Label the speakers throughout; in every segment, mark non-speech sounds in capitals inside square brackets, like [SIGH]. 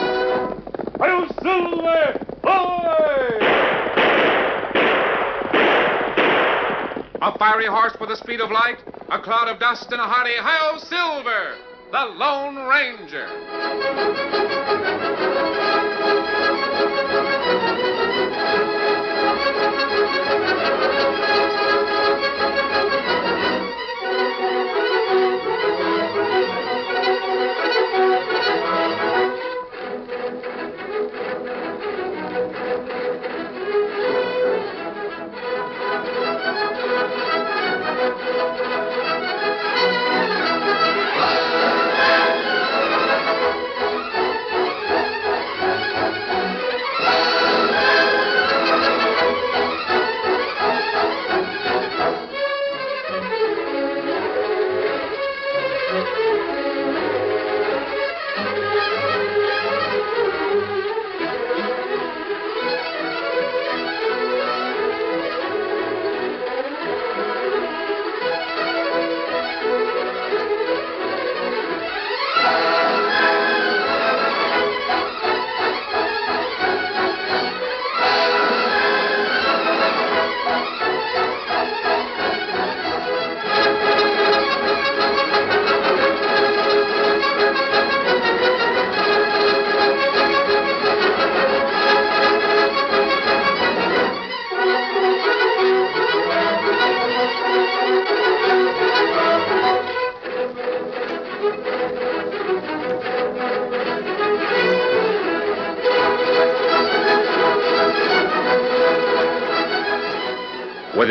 Speaker 1: I'll Silver! Hoy! A fiery horse with the speed of light, a cloud of dust, and a hearty Hi-O Silver, the Lone Ranger. With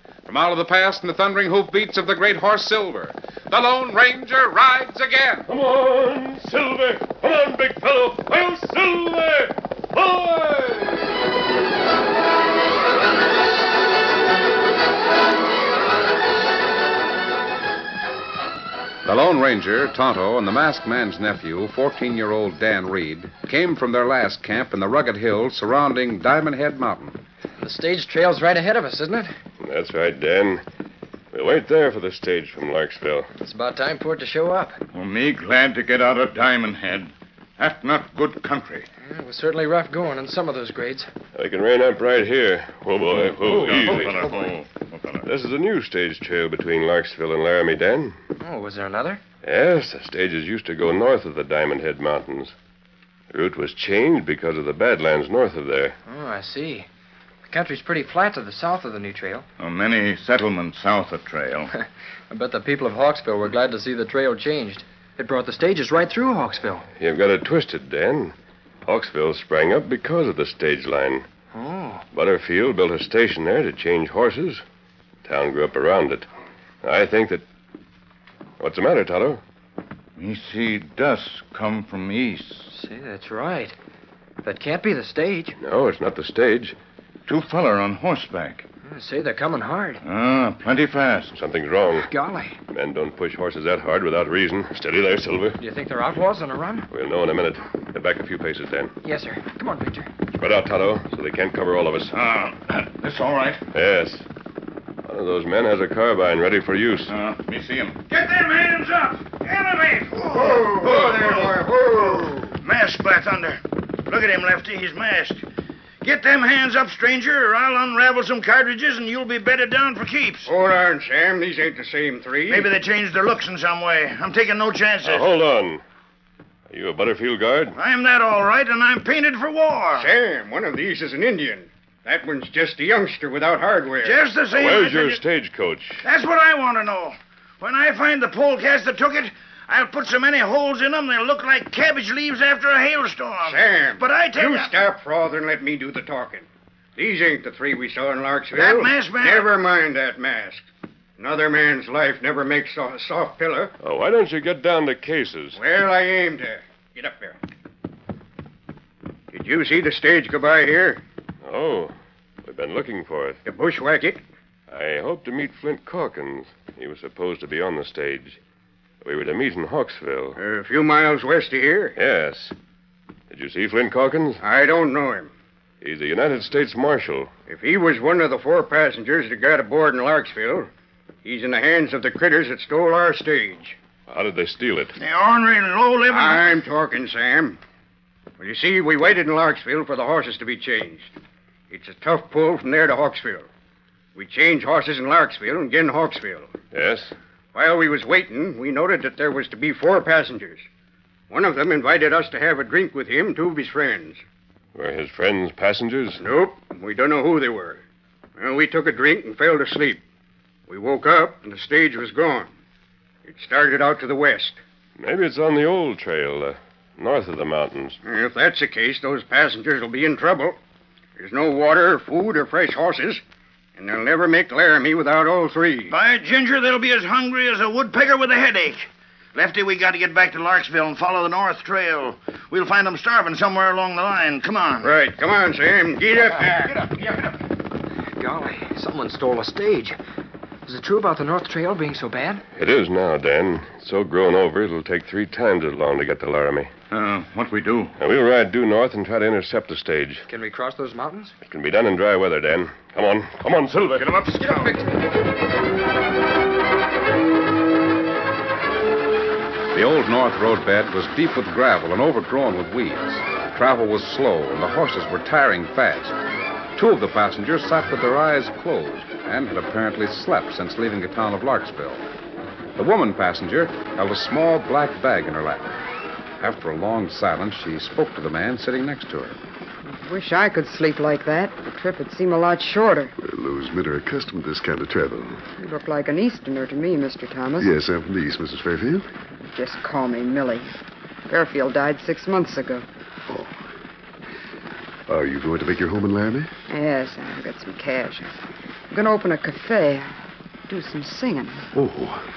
Speaker 1: From out of the past and the thundering hoofbeats of the great horse Silver, the Lone Ranger rides again.
Speaker 2: Come on, Silver! Come on, big fellow! I'll Silver! Boy!
Speaker 1: The Lone Ranger, Tonto, and the masked man's nephew, 14 year old Dan Reed, came from their last camp in the rugged hills surrounding Diamond Head Mountain.
Speaker 3: The stage trail's right ahead of us, isn't it?
Speaker 2: That's right, Dan. We'll wait there for the stage from Larksville.
Speaker 3: It's about time for it to show up.
Speaker 4: Well, me glad to get out of Diamond Head. That's not good country.
Speaker 3: Yeah, It was certainly rough going in some of those grades.
Speaker 2: I can rein up right here. Whoa, boy, whoa, easy.
Speaker 4: This-
Speaker 2: This is a new stage trail between Larksville and Laramie, Dan.
Speaker 3: Oh, was there another?
Speaker 2: Yes, the stages used to go north of the Diamond Head Mountains. The route was changed because of the Badlands north of there.
Speaker 3: Oh, I see. The country's pretty flat to the south of the new trail.
Speaker 4: so many settlements south of
Speaker 3: [LAUGHS]
Speaker 4: trail.
Speaker 3: I bet the people of Hawksville were glad to see the trail changed. It brought the stages right through Hawksville.
Speaker 2: You've got it twisted, Dan. Hawksville sprang up because of the stage line.
Speaker 3: Oh,
Speaker 2: Butterfield built a station there to change horses. Town grew up around it. I think that. What's the matter, Tonto?
Speaker 4: Me see dust come from east.
Speaker 3: see, that's right. That can't be the stage.
Speaker 2: No, it's not the stage.
Speaker 4: Two feller on horseback.
Speaker 3: I say, they're coming hard.
Speaker 4: Ah, plenty fast.
Speaker 2: Something's wrong.
Speaker 3: Golly.
Speaker 2: Men don't push horses that hard without reason. Steady there, Silver.
Speaker 3: Do you think they're outlaws on a run?
Speaker 2: We'll know in a minute. Get back a few paces, Dan.
Speaker 3: Yes, sir. Come on, Victor.
Speaker 2: Spread out, Tonto, so they can't cover all of us.
Speaker 4: Ah, [COUGHS] this all right.
Speaker 2: Yes. One of those men has a carbine ready for use.
Speaker 4: Ah, me see him.
Speaker 5: Get them hands up! Elevate! Whoa!
Speaker 4: there,
Speaker 5: Masked by thunder. Look at him, Lefty. He's masked. Get them hands up, stranger, or I'll unravel some cartridges and you'll be bedded down for keeps.
Speaker 6: Hold on, Sam. These ain't the same three.
Speaker 5: Maybe they changed their looks in some way. I'm taking no chances.
Speaker 2: Now, hold on. Are you a Butterfield guard?
Speaker 5: I'm that all right, and I'm painted for war.
Speaker 6: Sam, one of these is an Indian. That one's just a youngster without hardware.
Speaker 5: Just the same.
Speaker 2: Where's
Speaker 5: I
Speaker 2: your
Speaker 5: think it-
Speaker 2: stagecoach?
Speaker 5: That's what I want to know. When I find the polecats that took it, I'll put so many holes in them they'll look like cabbage leaves after a hailstorm.
Speaker 6: Sam.
Speaker 5: But I take
Speaker 6: You
Speaker 5: that-
Speaker 6: stop, Frother, and let me do the talking. These ain't the three we saw in Larksville.
Speaker 5: That masked man-
Speaker 6: Never mind that mask. Another man's life never makes a soft pillow.
Speaker 2: Oh, why don't you get down to cases?
Speaker 6: Well, I aimed her. Get up there. Did you see the stage go by here?
Speaker 2: Oh, we've been looking for it.
Speaker 6: The bushwhack it?
Speaker 2: I hope to meet Flint Calkins. He was supposed to be on the stage. We were to meet in Hawksville.
Speaker 6: A few miles west of here.
Speaker 2: Yes. Did you see Flint Calkins?
Speaker 6: I don't know him.
Speaker 2: He's a United States Marshal.
Speaker 6: If he was one of the four passengers that got aboard in Larksville, he's in the hands of the critters that stole our stage.
Speaker 2: How did they steal it?
Speaker 5: The ornery and low-living...
Speaker 6: I'm talking, Sam. Well, you see, we waited in Larksville for the horses to be changed. It's a tough pull from there to Hawksville. We changed horses in Larksville and again Hawksville.
Speaker 2: Yes.
Speaker 6: While we was waiting, we noted that there was to be four passengers. One of them invited us to have a drink with him, and two of his friends.
Speaker 2: Were his friends passengers?
Speaker 6: Nope, we don't know who they were. Well, we took a drink and fell to sleep. We woke up and the stage was gone. It started out to the west.
Speaker 2: Maybe it's on the old trail, uh, north of the mountains.
Speaker 6: If that's the case, those passengers will be in trouble. There's no water, food, or fresh horses, and they'll never make Laramie without all three.
Speaker 5: By ginger, they'll be as hungry as a woodpecker with a headache. Lefty, we got to get back to Larksville and follow the north trail. We'll find them starving somewhere along the line. Come on.
Speaker 6: Right, come on, Sam. Get up there.
Speaker 5: Get up, get up, get up.
Speaker 3: Golly, someone stole a stage. Is it true about the North Trail being so bad?
Speaker 2: It is now, Dan. It's so grown over, it'll take three times as long to get to Laramie.
Speaker 4: Uh, what we do?
Speaker 2: Now, we'll ride due north and try to intercept the stage.
Speaker 3: Can we cross those mountains?
Speaker 2: It can be done in dry weather, Dan. Come on. Come on, Silver. Get him up,
Speaker 1: The old north roadbed was deep with gravel and overgrown with weeds. Travel was slow, and the horses were tiring fast. Two of the passengers sat with their eyes closed and had apparently slept since leaving the town of Larksville. The woman passenger held a small black bag in her lap. After a long silence, she spoke to the man sitting next to her.
Speaker 7: Wish I could sleep like that. The trip would seem a lot shorter.
Speaker 8: Those men are accustomed to this kind of travel.
Speaker 7: You look like an Easterner to me, Mr. Thomas.
Speaker 8: Yes, I'm from the East, Mrs. Fairfield.
Speaker 7: Just call me Millie. Fairfield died six months ago.
Speaker 8: Oh. Are you going to make your home in Laramie?
Speaker 7: Yes, I've got some cash. I'm going to open a cafe. Do some singing.
Speaker 8: Oh,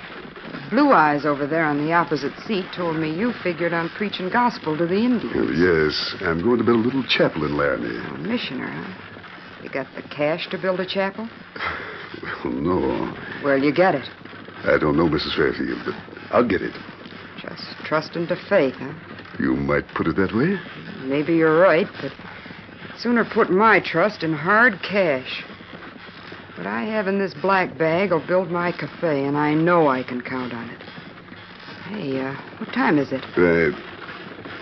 Speaker 7: Blue Eyes over there on the opposite seat told me you figured on preaching gospel to the Indians.
Speaker 8: well, yes. I'm going to build a little chapel in Laramie.
Speaker 7: A missioner, huh? You got the cash to build a chapel? Oh.
Speaker 8: Well, no.
Speaker 7: Where'll you get it?
Speaker 8: I don't know, Mrs. Fairfield, but I'll get it.
Speaker 7: Just trusting to faith, huh?
Speaker 8: You might put it that way.
Speaker 7: Maybe you're right, but sooner put my trust in hard cash. What I have in this black bag will build my cafe, and I know I can count on it. Hey, uh, what time is it?
Speaker 8: Uh,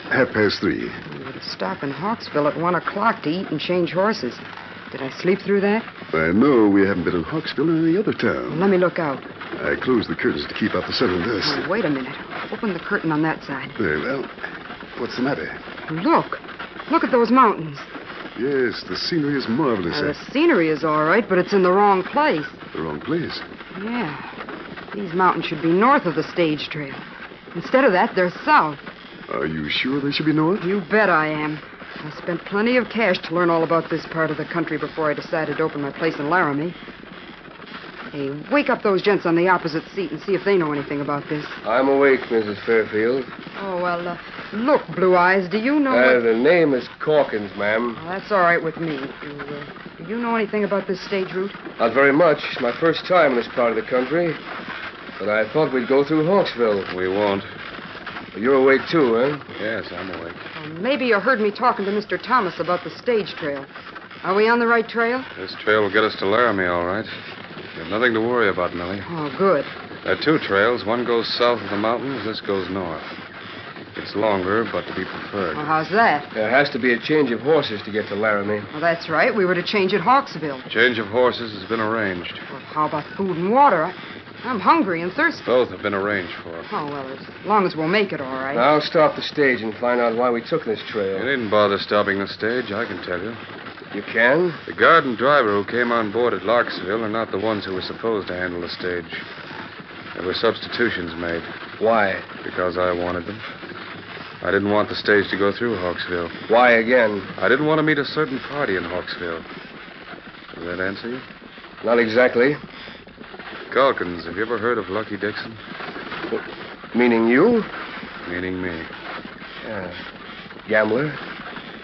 Speaker 8: half past three.
Speaker 7: We were to stop in Hawksville at one o'clock to eat and change horses. Did I sleep through that?
Speaker 8: I know we haven't been in Hawksville or any other
Speaker 7: Well,
Speaker 8: town.
Speaker 7: let me look out.
Speaker 8: I closed the curtains to keep out the sun and
Speaker 7: Oh,
Speaker 8: dust.
Speaker 7: wait a minute. Open the curtain on that side.
Speaker 8: Very well. What's the matter?
Speaker 7: Look. Look at those mountains.
Speaker 8: Yes, the scenery is marvelous.
Speaker 7: Now, the
Speaker 8: eh?
Speaker 7: scenery is all right, but it's in the wrong place.
Speaker 8: The wrong place.
Speaker 7: Yeah. These mountains should be north of the stage trail. Instead of that, they're south.
Speaker 8: Are you sure they should be north?
Speaker 7: You bet I am. I spent plenty of cash to learn all about this part of the country before I decided to open my place in Laramie. Hey, wake up those gents on the opposite seat and see if they know anything about this.
Speaker 9: I'm awake, Mrs. Fairfield.
Speaker 7: Oh, well, uh, look, Blue Eyes, do you know...
Speaker 9: Uh,
Speaker 7: what-
Speaker 9: the name is Corkins, ma'am.
Speaker 7: Well, that's all right with me. Do, uh, do you know anything about this stage route?
Speaker 9: Not very much. It's my first time in this part of the country. But I thought we'd go through Hawksville.
Speaker 1: We won't.
Speaker 9: You're awake, too, huh?
Speaker 1: Yes, I'm awake.
Speaker 7: Well, maybe you heard me talking to Mr. Thomas about the stage trail. Are we on the right trail?
Speaker 1: This trail will get us to Laramie, all right. You've nothing to worry about, Millie.
Speaker 7: Oh, good.
Speaker 1: There are two trails. One goes south of the mountains, this goes north. It's longer, but to be preferred.
Speaker 7: Well, how's that?
Speaker 9: There has to be a change of horses to get to Laramie.
Speaker 7: Well, that's right. We were to change at Hawksville.
Speaker 1: Change of horses has been arranged.
Speaker 7: Well, how about food and water? I, I'm hungry and thirsty.
Speaker 1: Both have been arranged for.
Speaker 7: Oh, well, as long as we'll make it all right.
Speaker 9: I'll stop the stage and find out why we took this
Speaker 1: You
Speaker 9: trail.
Speaker 1: needn't bother stopping the stage, I can tell you.
Speaker 9: You can?
Speaker 1: The guard and driver who came on board at Larksville are not the ones who were supposed to handle the stage. There were substitutions made
Speaker 9: Why?
Speaker 1: because I wanted them. I didn't want the stage to go through Hawksville.
Speaker 9: Why again?
Speaker 1: I didn't want to meet a certain party in Hawksville.
Speaker 10: Does that answer you?
Speaker 9: Not exactly.
Speaker 10: Calkins, have you ever heard of Lucky Dixon?
Speaker 9: Meaning you?
Speaker 10: Meaning me.
Speaker 9: Yeah. Gambler?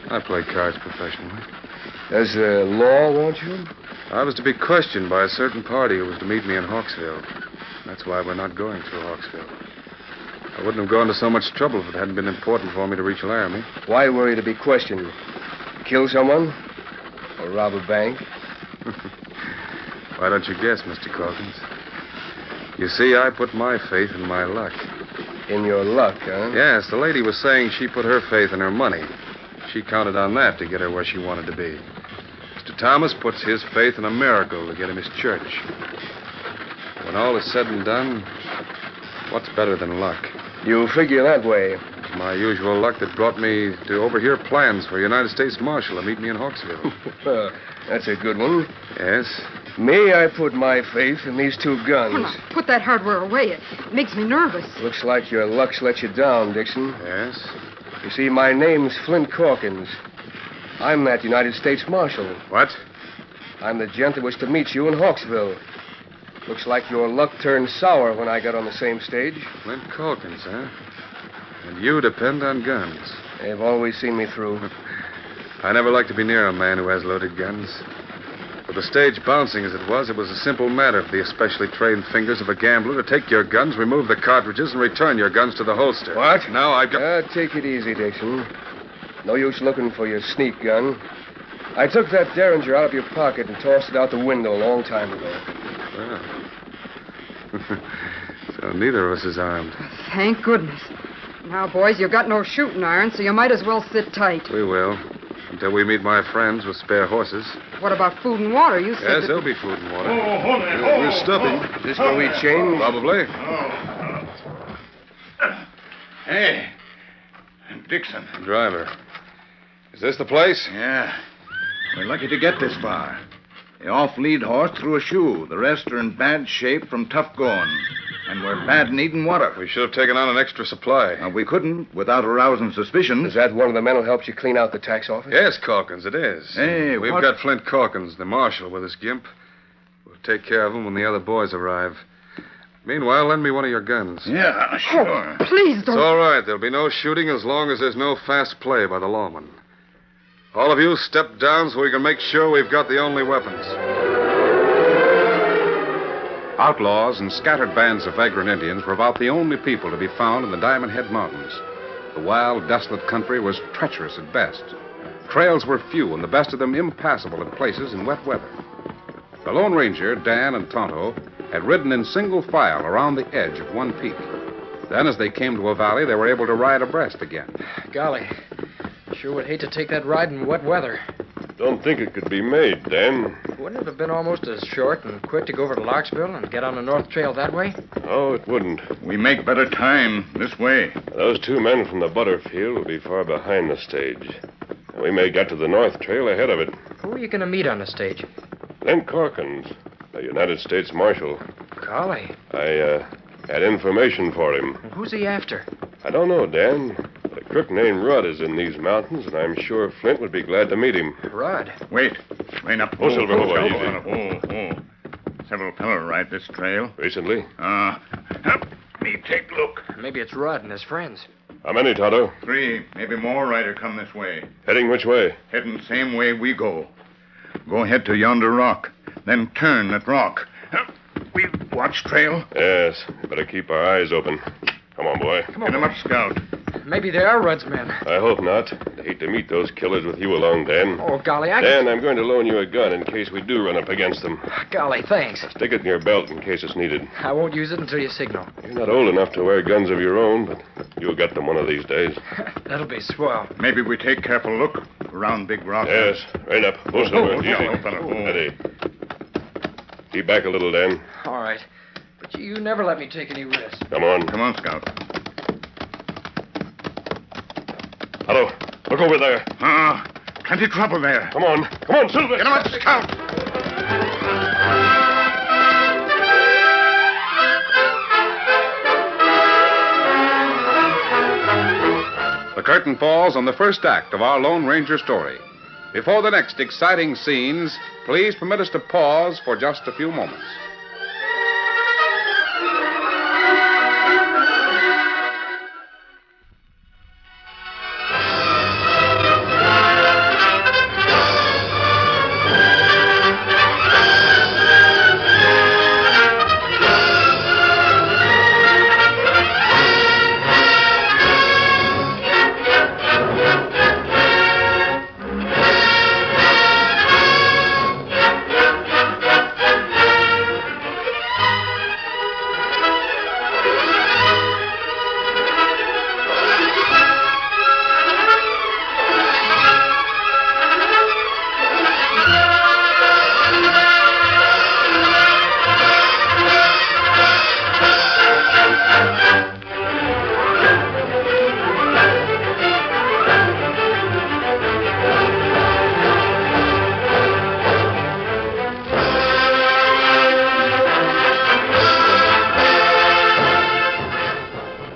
Speaker 10: I play cards professionally.
Speaker 9: Does the law want you?
Speaker 10: I was to be questioned by a certain party who was to meet me in Hawksville. That's why we're not going through Hawksville. I wouldn't have gone to so much trouble if it hadn't been important for me to reach Laramie.
Speaker 9: Why were you to be questioned? Kill someone? Or rob a bank?
Speaker 10: Why don't you guess, Mr. Calkins? You see, I put my faith in my luck.
Speaker 9: In your luck, huh?
Speaker 10: Yes, the lady was saying she put her faith in her money. She counted on that to get her where she wanted to be. Mr. Thomas puts his faith in a miracle to get him his church. When all is said and done, what's better than luck?
Speaker 9: You figure that way.
Speaker 10: It's my usual luck that brought me to overhear plans for a United States Marshal to meet me in
Speaker 9: [LAUGHS]
Speaker 10: Hawksville.
Speaker 9: Uh, that's a good one.
Speaker 10: Yes?
Speaker 9: Me, I put my faith in these two guns.
Speaker 7: Oh, now, put that hardware away. It makes me nervous.
Speaker 9: Looks like your luck's let you down, Dixon.
Speaker 10: Yes?
Speaker 9: You see, my name's Flint Calkins. I'm that United States Marshal.
Speaker 10: What?
Speaker 9: I'm the gent that was to meet you in Hawksville. Looks like your luck turned sour when I got on the same stage.
Speaker 10: Flint Calkins, huh? And you depend on guns.
Speaker 9: They've always seen me through.
Speaker 10: [LAUGHS] I never like to be near a man who has loaded guns. With the stage bouncing as it was, it was a simple matter for the especially trained fingers of a gambler to take your guns, remove the cartridges, and return your guns to the holster.
Speaker 9: What?
Speaker 10: Now I've got.
Speaker 9: Uh, take it easy, Dixon. No use looking for your sneak gun. I took that Derringer out of your pocket and tossed it out the window a long time ago.
Speaker 10: Well. [LAUGHS] so neither of us is armed.
Speaker 7: Thank goodness. Now, boys, you got no shooting iron, so you might as well sit tight.
Speaker 10: We will. Until we meet my friends with spare
Speaker 9: [LAUGHS]
Speaker 10: horses.
Speaker 7: What about food and water? You said.
Speaker 10: Yes,
Speaker 7: that-
Speaker 10: there'll be food and water.
Speaker 5: Oh, hold it.
Speaker 10: We're- We're
Speaker 5: Oh,
Speaker 10: stuffing.
Speaker 5: oh.
Speaker 10: Is
Speaker 9: this where we change?
Speaker 10: Probably.
Speaker 4: Hey, Dixon.
Speaker 10: Driver. Is this the place?
Speaker 4: Yeah. We're lucky to get this far. The off lead horse threw a shoe. The rest are in bad shape from tough going. And we're bad needing water.
Speaker 10: We should have taken on an extra supply.
Speaker 4: Now, we couldn't without arousing suspicion.
Speaker 9: Is that one of the men who helped you clean out the tax office?
Speaker 10: Yes, Calkins, it is.
Speaker 4: Hey,
Speaker 10: We've
Speaker 4: what-
Speaker 10: got Flint Calkins, the marshal, with us, Gimp. We'll take care of him when the other boys arrive. Meanwhile, lend me one of your guns.
Speaker 4: Yeah, sure.
Speaker 7: Please
Speaker 10: It's
Speaker 7: don't.
Speaker 10: all right. There'll be no shooting as long as there's no fast play by the lawman. All of you step down so we can make sure we've got the only weapons.
Speaker 1: Outlaws and scattered bands of vagrant Indians were about the only people to be found in the Diamond Head Mountains. The wild, desolate country was treacherous at best. Trails were few, and the best of them impassable in places in wet weather. The Lone Ranger, Dan, and Tonto had ridden in single file around the edge of one peak. Then, as they came to a valley, they were able to ride abreast again.
Speaker 3: Golly, sure would hate to take that ride in wet weather.
Speaker 2: Don't think it could be made, Dan.
Speaker 3: Wouldn't it have been almost as short and quick to go over to Larksville and get on the north trail that way?
Speaker 2: Oh, it wouldn't.
Speaker 4: We make better time this way.
Speaker 2: Those two men from the Butterfield will be far behind the stage. We may get to the North Trail ahead of it.
Speaker 3: Who are you going to meet on the stage?
Speaker 2: Lent Corkins, the United States Marshal.
Speaker 3: Golly,
Speaker 2: I uh, had information for him.
Speaker 3: who's he after?
Speaker 2: I don't know, Dan, but a crook named Rudd is in these mountains, and I'm sure Flint would be glad to meet him.
Speaker 3: Rudd.
Speaker 4: Wait. Rain up.
Speaker 2: Oh, Silver, oh, easy.
Speaker 4: oh, oh. Several people ride this trail.
Speaker 2: Recently?
Speaker 4: Ah, help me take look.
Speaker 3: Maybe it's Rudd and his friends.
Speaker 2: How many, Tonto?
Speaker 4: Three, maybe more rider come this way.
Speaker 2: Heading which way?
Speaker 4: Heading same way we go. Go ahead to yonder rock, then turn that rock. Help. We watch trail.
Speaker 2: Yes, better keep our eyes open. Come on, boy.
Speaker 4: Get him up, scout.
Speaker 3: Maybe they are Rudd's men.
Speaker 2: I hope not. I'd hate to meet those killers with you along, Dan.
Speaker 3: Oh, golly, I.
Speaker 2: Dan, I'm going to loan you a gun in case we do run up against them.
Speaker 3: Ah, Golly, thanks.
Speaker 2: Stick it in your belt in case it's needed.
Speaker 3: I won't use it until you signal.
Speaker 2: You're not old enough to wear guns of your own, but you'll get them one of these days.
Speaker 3: That'll be swell.
Speaker 4: Maybe we take careful look around Big Rock.
Speaker 2: Yes, right up. Oh, Silver,
Speaker 4: oh,
Speaker 2: easy.
Speaker 4: yeah, oh, oh.
Speaker 2: Steady. Keep back a little, Dan.
Speaker 3: All right. But you, you never let me take any risks.
Speaker 2: Come on.
Speaker 4: Come on, scout.
Speaker 2: Hello. Look over there.
Speaker 4: Ah, plenty trouble there.
Speaker 2: Come on. Come on, Silver.
Speaker 4: Get him up, scout.
Speaker 1: The curtain falls on the first act of our Lone Ranger story. Before the next exciting scenes, please permit us to pause for just a few moments.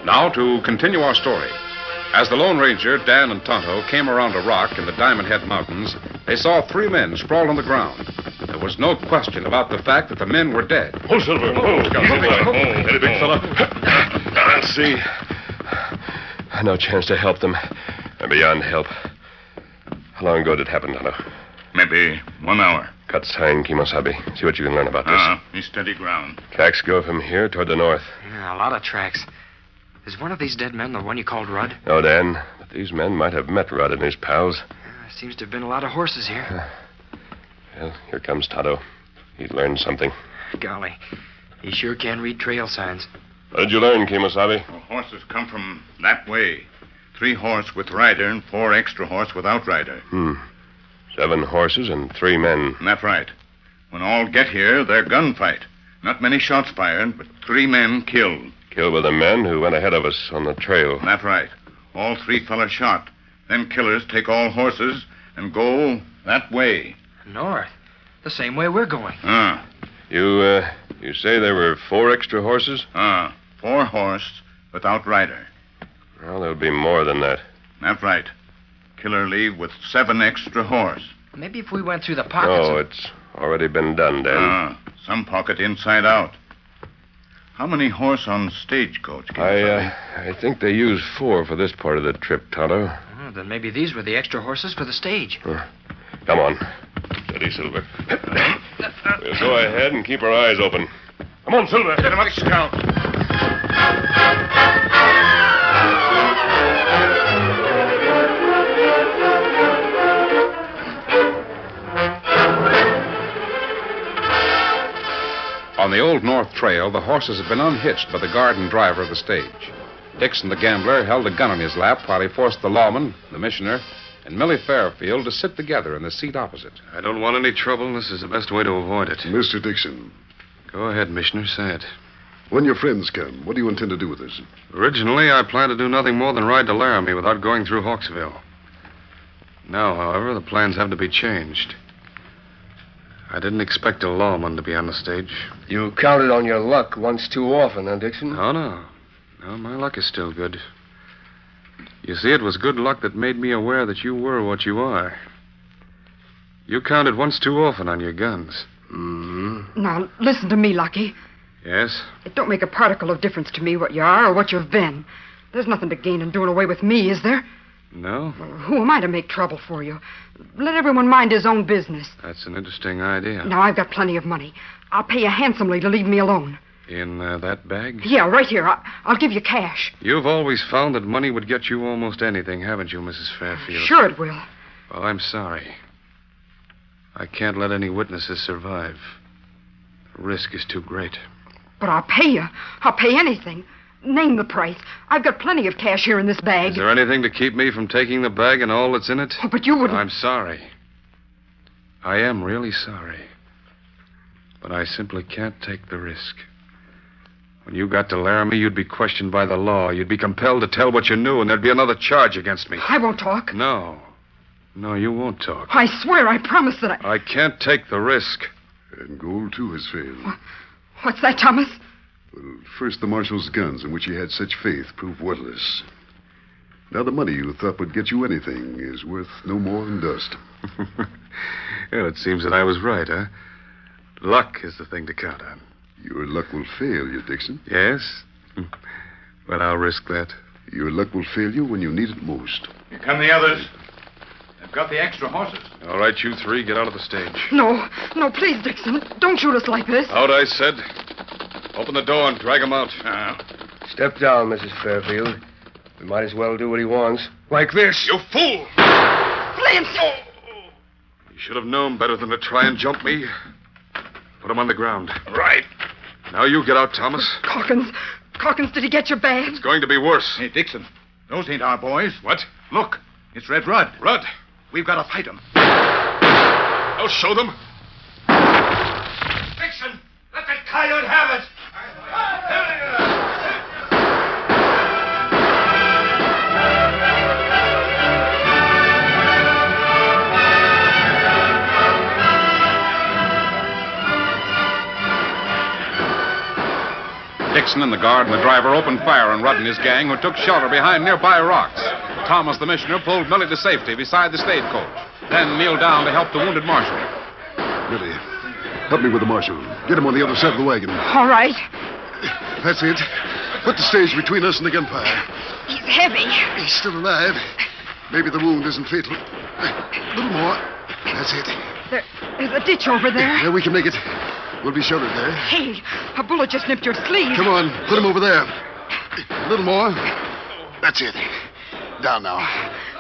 Speaker 1: Now to continue our story. As the Lone Ranger, Dan, and Tonto came around a rock in the Diamond Head Mountains, they saw three men sprawled on the ground. There was no question about the fact that the men were dead.
Speaker 4: Oh, Silver. Oh, easy boy. Oh, Eddie, big fella.
Speaker 2: Let's see. No chance to help them. They're beyond help. How long ago did it happen, Tonto?
Speaker 4: Maybe one hour.
Speaker 2: Cut sign, Kimosabe. See what you can learn about this.
Speaker 4: Ah, he's steady ground.
Speaker 2: Tracks go from here toward the north.
Speaker 3: Yeah, a lot of tracks. Is one of these dead men the one you called Rudd?
Speaker 2: No, Dan, but these men might have met Rudd and his pals.
Speaker 3: Seems to have been a lot of horses here.
Speaker 2: Well, here comes Tonto. He learned something.
Speaker 3: Golly, he sure can read trail signs.
Speaker 2: What did you learn, Kimosabe?
Speaker 4: Oh. Horses come from that way. Three horse with rider and four extra horse without rider.
Speaker 2: Hmm. Seven horses and three men.
Speaker 4: And that's right. When all get here, they're gunfight. Not many shots fired, but three men killed.
Speaker 2: Killed by the men who went ahead of us on the trail.
Speaker 4: That's right. All three fellers shot. Then killers take all horses and go that way.
Speaker 3: North. The same way we're going.
Speaker 4: Ah.
Speaker 2: You, uh, you say there were four extra horses?
Speaker 4: Ah. Four horse without rider.
Speaker 2: Well, there'll be more than that.
Speaker 4: That's right. Killer leave with seven extra horse.
Speaker 3: Maybe if we went through the pockets. of-
Speaker 2: No, Oh, it's already been done, Dan.
Speaker 4: Ah. Some pocket inside out. How many horse on stagecoach?
Speaker 2: I, uh, I think they used four for this part of the trip, Tonto.
Speaker 3: Oh, then maybe these were the extra horses for the stage.
Speaker 2: Huh. Come on. Steady, Silver. we'll go ahead and keep our eyes open.
Speaker 4: Come on, Silver. Get him up, Scout.
Speaker 1: On the Old North Trail, the horses had been unhitched by the guard and driver of the stage. Dixon the gambler held a gun on his lap while he forced the lawman, the missioner, and Millie Fairfield to sit together in the seat opposite.
Speaker 10: I don't want any trouble, and this is the best way to avoid it.
Speaker 8: Mr. Dixon.
Speaker 10: Go ahead, Missioner. Say it.
Speaker 8: When your friends come, what do you intend to do with us?
Speaker 10: Originally, I planned to do nothing more than ride to Laramie without going through Hawksville. Now, however, the plans have to be changed. I didn't expect a lawman to be on the stage.
Speaker 9: You counted on your luck once too often, huh, Dixon?
Speaker 10: No, Oh, no. No, my luck is still good. You see, it was good luck that made me aware that you were what you are. You counted once too often on your guns. Mm-hmm.
Speaker 7: Now, listen to me, Lucky.
Speaker 10: Yes?
Speaker 7: It don't make a particle of difference to me what you are or what you've been. There's nothing to gain in doing away with me, is there?
Speaker 10: No?
Speaker 7: Who am I to make trouble for you? Let everyone mind his own business.
Speaker 10: That's an interesting idea.
Speaker 7: Now, I've got plenty of money. I'll pay you handsomely to leave me alone.
Speaker 10: In uh, that bag?
Speaker 7: Yeah, right here. I- I'll give you cash.
Speaker 10: You've always found that money would get you almost anything, haven't you, Mrs. Fairfield?
Speaker 7: Sure it will.
Speaker 10: Well, I'm sorry. I can't let any witnesses survive. The risk is too great.
Speaker 7: But I'll pay you. I'll pay anything. Name the price. I've got plenty of cash here in this bag.
Speaker 10: Is there anything to keep me from taking the bag and all that's in it?
Speaker 7: Oh, but you wouldn't.
Speaker 10: I'm sorry. I am really sorry. But I simply can't take the risk. When you got to Laramie, you'd be questioned by the law. You'd be compelled to tell what you knew, and there'd be another charge against me.
Speaker 7: I won't talk.
Speaker 10: No. No, you won't talk.
Speaker 7: I swear, I promise that I.
Speaker 10: I can't take the risk.
Speaker 8: And gold, too, has failed.
Speaker 7: What's that, Thomas?
Speaker 8: First, the marshal's guns in which he had such faith prove worthless. Now, the money you thought would get you anything is worth no more than dust.
Speaker 10: [LAUGHS] Well, it seems that I was right, huh? Luck is the thing to count on.
Speaker 8: Your luck will fail you, Dixon.
Speaker 10: Yes? [LAUGHS] Well, I'll risk that.
Speaker 8: Your luck will fail you when you need it most.
Speaker 4: Here come the others. They've got the extra horses.
Speaker 10: All right, you three, get out of the stage.
Speaker 7: No, no, please, Dixon. Don't shoot us like this.
Speaker 10: Out, I said. Open the door and drag him out.
Speaker 11: Uh-huh.
Speaker 9: Step down, Mrs. Fairfield. We might as well do what he wants. Like this.
Speaker 10: You fool!
Speaker 7: Lance!
Speaker 10: You should have known better than to try and jump me. Put him on the ground.
Speaker 4: Right.
Speaker 10: Now you get out, Thomas.
Speaker 7: Calkins. Calkins, did he get your bag?
Speaker 10: It's going to be worse.
Speaker 4: Hey, Dixon, those ain't our boys.
Speaker 10: What?
Speaker 4: Look, it's Red Rudd.
Speaker 10: Rudd,
Speaker 4: We've got to fight them.
Speaker 10: I'll show them.
Speaker 12: Dixon, let that coyote have it.
Speaker 1: Dixon and the guard and the driver opened fire on Rudd and his gang, who took shelter behind nearby rocks. Thomas, the missioner, pulled Millie to safety beside the stagecoach, then kneeled down to help the wounded marshal.
Speaker 8: Millie, help me with the marshal. Get him on the other side of the wagon.
Speaker 7: All right.
Speaker 8: That's it. Put the stage between us and the gunfire.
Speaker 7: He's heavy.
Speaker 8: He's still alive. Maybe the wound isn't fatal. A little more. That's it.
Speaker 7: There, there's a ditch over there.
Speaker 8: Yeah, we can make it. We'll be sheltered there.
Speaker 7: Hey, a bullet just nipped your sleeve.
Speaker 8: Come on, put him over there. A little more. That's it. Down now.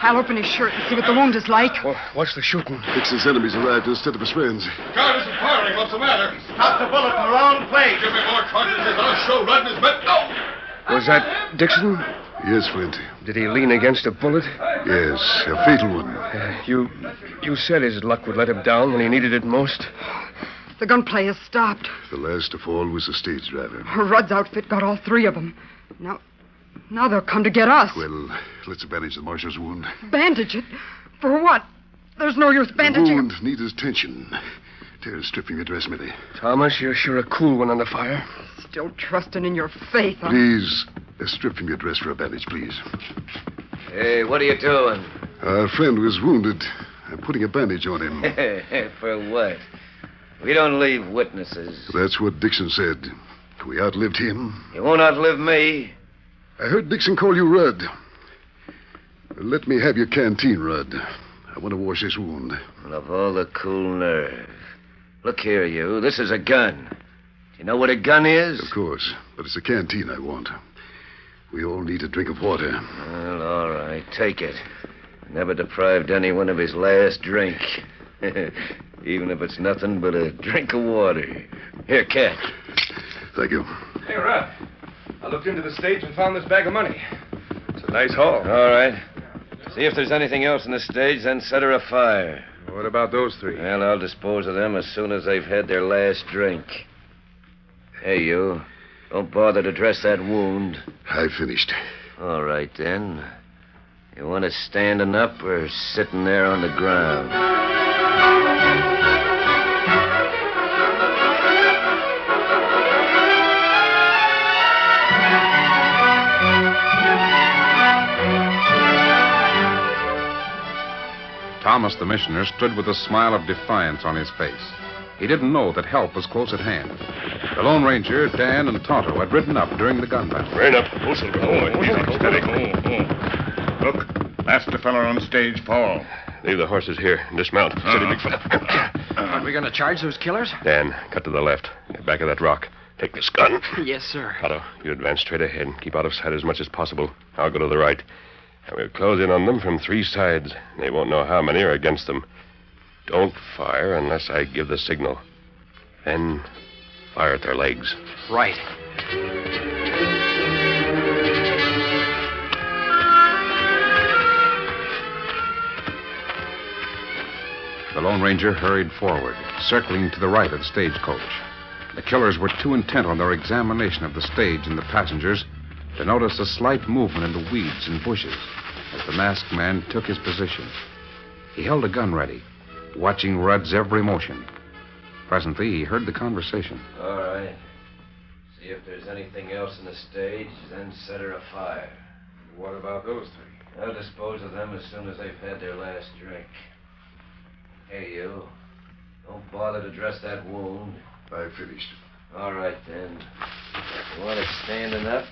Speaker 7: I'll open his shirt and see what the wound is like.
Speaker 8: What's the shooting? Dixon's enemies arrived instead of his friends.
Speaker 10: Guard isn't firing. What's the matter?
Speaker 12: Stop the bullet in the wrong place.
Speaker 10: Give me more cartridges. I'll show Rudd and his men. No!
Speaker 9: Was that Dixon?
Speaker 8: Yes, Flint.
Speaker 9: Did he lean against a bullet? Uh,
Speaker 8: Yes, a fatal one.
Speaker 9: You, you said his luck would let him down when he needed it most.
Speaker 7: The gunplay has stopped.
Speaker 8: The last to fall was the stage driver.
Speaker 7: Rudd's outfit got all three of them. Now, now they'll come to get us.
Speaker 8: Well, let's bandage the marshal's wound.
Speaker 7: Bandage it? For what? There's no use bandaging.
Speaker 8: Wound needs attention. Tear stripping your dress, Millie.
Speaker 9: Thomas, you're sure a cool one under fire.
Speaker 7: Still trusting in your faith. huh?
Speaker 8: Please, uh, strip from your dress for a bandage, please.
Speaker 13: Hey, what are you doing? [LAUGHS]
Speaker 8: Our friend was wounded. I'm putting a bandage on him.
Speaker 13: For what? We don't leave witnesses.
Speaker 8: That's what Dixon said. We outlived him.
Speaker 13: You won't outlive me.
Speaker 8: I heard Dixon call you Rudd. Let me have your canteen, Rudd. I want to wash this wound.
Speaker 13: And of all the cool nerve. Look here, you. This is a gun. Do you know what a gun is?
Speaker 8: Of course, but it's a canteen I want. We all need a drink of water.
Speaker 13: Well, all right. Take it. Never deprived anyone of his last drink. [LAUGHS] Even if it's nothing but a drink of water. Here, Cat.
Speaker 8: Thank you.
Speaker 13: Hey, Ruff. I looked into the stage and found this bag of money. It's a nice haul. All right. See if there's anything else in the stage, then set her afire.
Speaker 10: What about those three?
Speaker 13: Well, I'll dispose of them as soon as they've had their last drink. Hey, you. Don't bother to dress that wound.
Speaker 8: I finished.
Speaker 13: All right, then. You want it standing up or sitting there on the ground?
Speaker 1: Thomas, the missioner, stood with a smile of defiance on his face. He didn't know that help was close at hand. The Lone Ranger, Dan, and Tonto had ridden up during the gun battle.
Speaker 2: Right up. Oh, Silver. Oh, easy. Steady.
Speaker 4: Look, that's the fellow on stage, Paul.
Speaker 2: Leave the horses here and dismount.
Speaker 4: Uh-huh.
Speaker 2: Steady, big fella.
Speaker 3: Aren't we going to charge those killers?
Speaker 2: Dan, cut to the left. Get back of that rock. Take this gun.
Speaker 3: [LAUGHS] Yes, sir.
Speaker 2: Otto, you advance straight ahead and keep out of sight as much as possible. I'll go to the right. And we'll close in on them from three sides. They won't know how many are against them. Don't fire unless I give the signal. Then fire at their legs.
Speaker 3: Right.
Speaker 1: The Lone Ranger hurried forward, circling to the right of the stagecoach. The killers were too intent on their examination of the stage and the passengers to notice a slight movement in the weeds and bushes as the masked man took his position. He held a gun ready, watching Rudd's every motion. Presently, he heard the conversation.
Speaker 13: All right. See if there's anything else in the stage, then set her afire.
Speaker 10: What about those three?
Speaker 13: I'll dispose of them as soon as they've had their last drink. Hey, you. Don't bother to dress that wound.
Speaker 8: I finished.
Speaker 13: All right, then. You want it standing up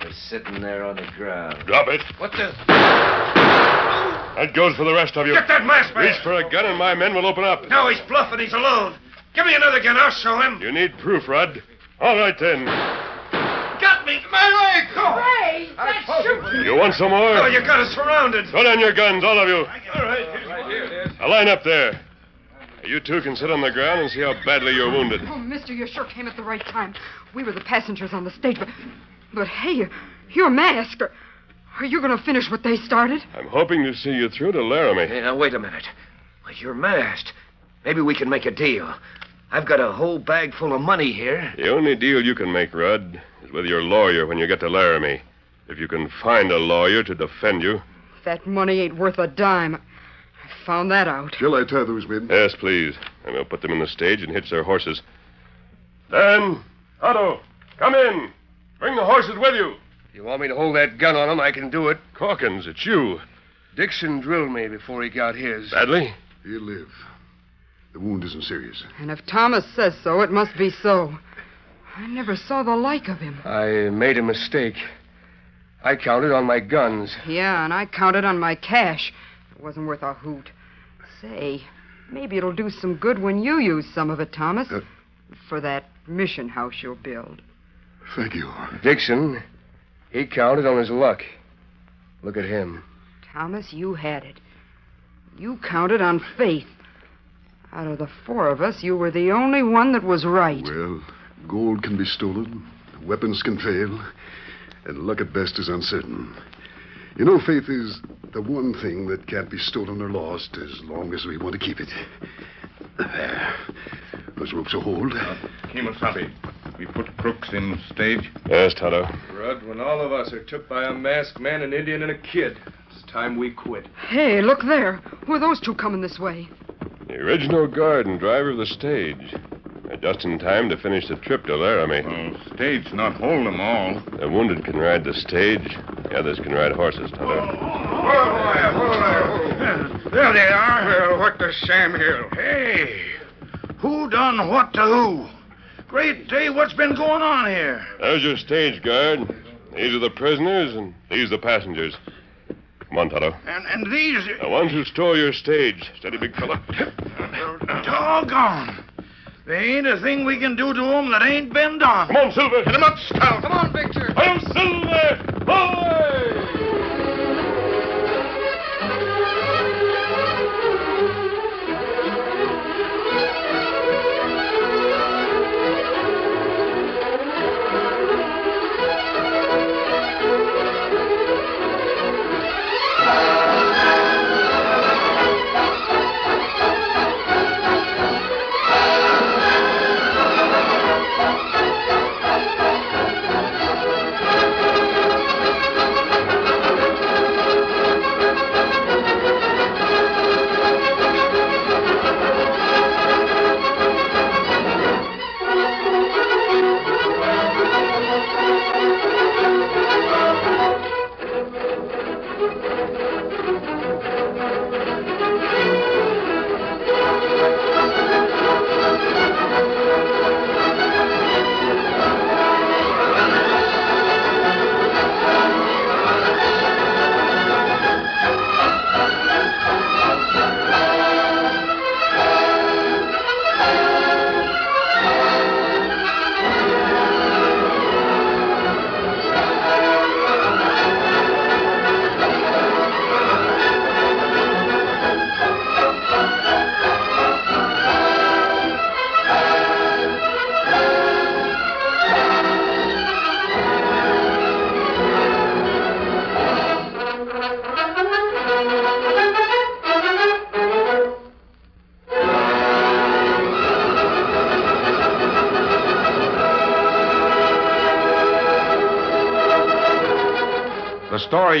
Speaker 13: or sitting there on the ground?
Speaker 2: Drop it.
Speaker 13: What the?
Speaker 2: That goes for the rest of you.
Speaker 5: Get that mask man!
Speaker 2: Reach for a gun, and my men will open up.
Speaker 5: No, he's bluffing. He's alone. Give me another gun. I'll show him.
Speaker 2: You need proof, Rudd. All right, then.
Speaker 5: Got me. My leg. Oh.
Speaker 12: Ray, that's shooting.
Speaker 2: You want some more?
Speaker 5: Oh, you got us surrounded.
Speaker 2: Throw down your guns, all of you.
Speaker 5: All right. Here's right here.
Speaker 2: Now line up there. You two can sit on the ground and see how badly you're wounded.
Speaker 12: Oh, mister, you sure came at the right time. We were the passengers on the stage, but. But hey, you- you're masked. Are, are you going to finish what they started?
Speaker 2: I'm hoping to see you through to Laramie.
Speaker 14: Hey, now wait a minute.
Speaker 13: Well, you're masked. Maybe we can make a deal. I've got a whole bag full of money here.
Speaker 2: The only deal you can make, Rudd, is with your lawyer when you get to Laramie. If you can find a lawyer to defend you.
Speaker 7: That money ain't worth a dime. I found that out.
Speaker 8: Shall I tie those men?
Speaker 2: Yes, please. And we'll put them in the stage and hitch their horses. Dan, Otto, come in. Bring the horses with you.
Speaker 9: You want me to hold that gun on him? I can do it.
Speaker 2: Hawkins, it's you.
Speaker 9: Dixon drilled me before he got his.
Speaker 2: Badly?
Speaker 8: He'll live. The wound isn't serious.
Speaker 7: And if Thomas says so, it must be so. I never saw the like of him.
Speaker 9: I made a mistake. I counted on my guns.
Speaker 7: Yeah, and I counted on my cash. It wasn't worth a hoot. Say, maybe it'll do some good when you use some of it, Thomas, for that mission house you'll build.
Speaker 8: Thank you.
Speaker 9: Dixon, he counted on his luck. Look at him.
Speaker 7: Thomas, you had it. You counted on faith. Out of the four of us, you were the only one that was right.
Speaker 8: Well, gold can be stolen, weapons can fail, and luck at best is uncertain. You know, faith is the one thing that can't be stolen or lost as long as we want to keep it. There. Those ropes will hold.
Speaker 15: Kemosabe, we put crooks in stage.
Speaker 2: Yes, Toto.
Speaker 11: Rudd, when all of us are took by a masked man, an Indian, and a kid, it's time we quit.
Speaker 7: Hey, look there. Who are those two coming this way?
Speaker 2: The original guard and driver of the stage. They're just in time to finish the trip to Laramie. Well,
Speaker 15: stage not hold them all.
Speaker 2: The wounded can ride the stage. The others can ride horses, Toto.
Speaker 5: There they are. uh,
Speaker 6: Well, what the Sam Hill?
Speaker 5: Hey, who done what to who? Great day, what's been going on here?
Speaker 2: There's your stage guard. These are the prisoners, and these the passengers. Come on, Toto.
Speaker 5: And and these
Speaker 2: The ones who stole your stage. Steady, big fella.
Speaker 5: doggone. There ain't a thing we can do to 'em that ain't been done. Come
Speaker 2: on, Silver.
Speaker 5: Hit 'em up, Scout. Come on, Victor.
Speaker 2: Hit 'em, Silver.
Speaker 6: [LAUGHS]
Speaker 1: The story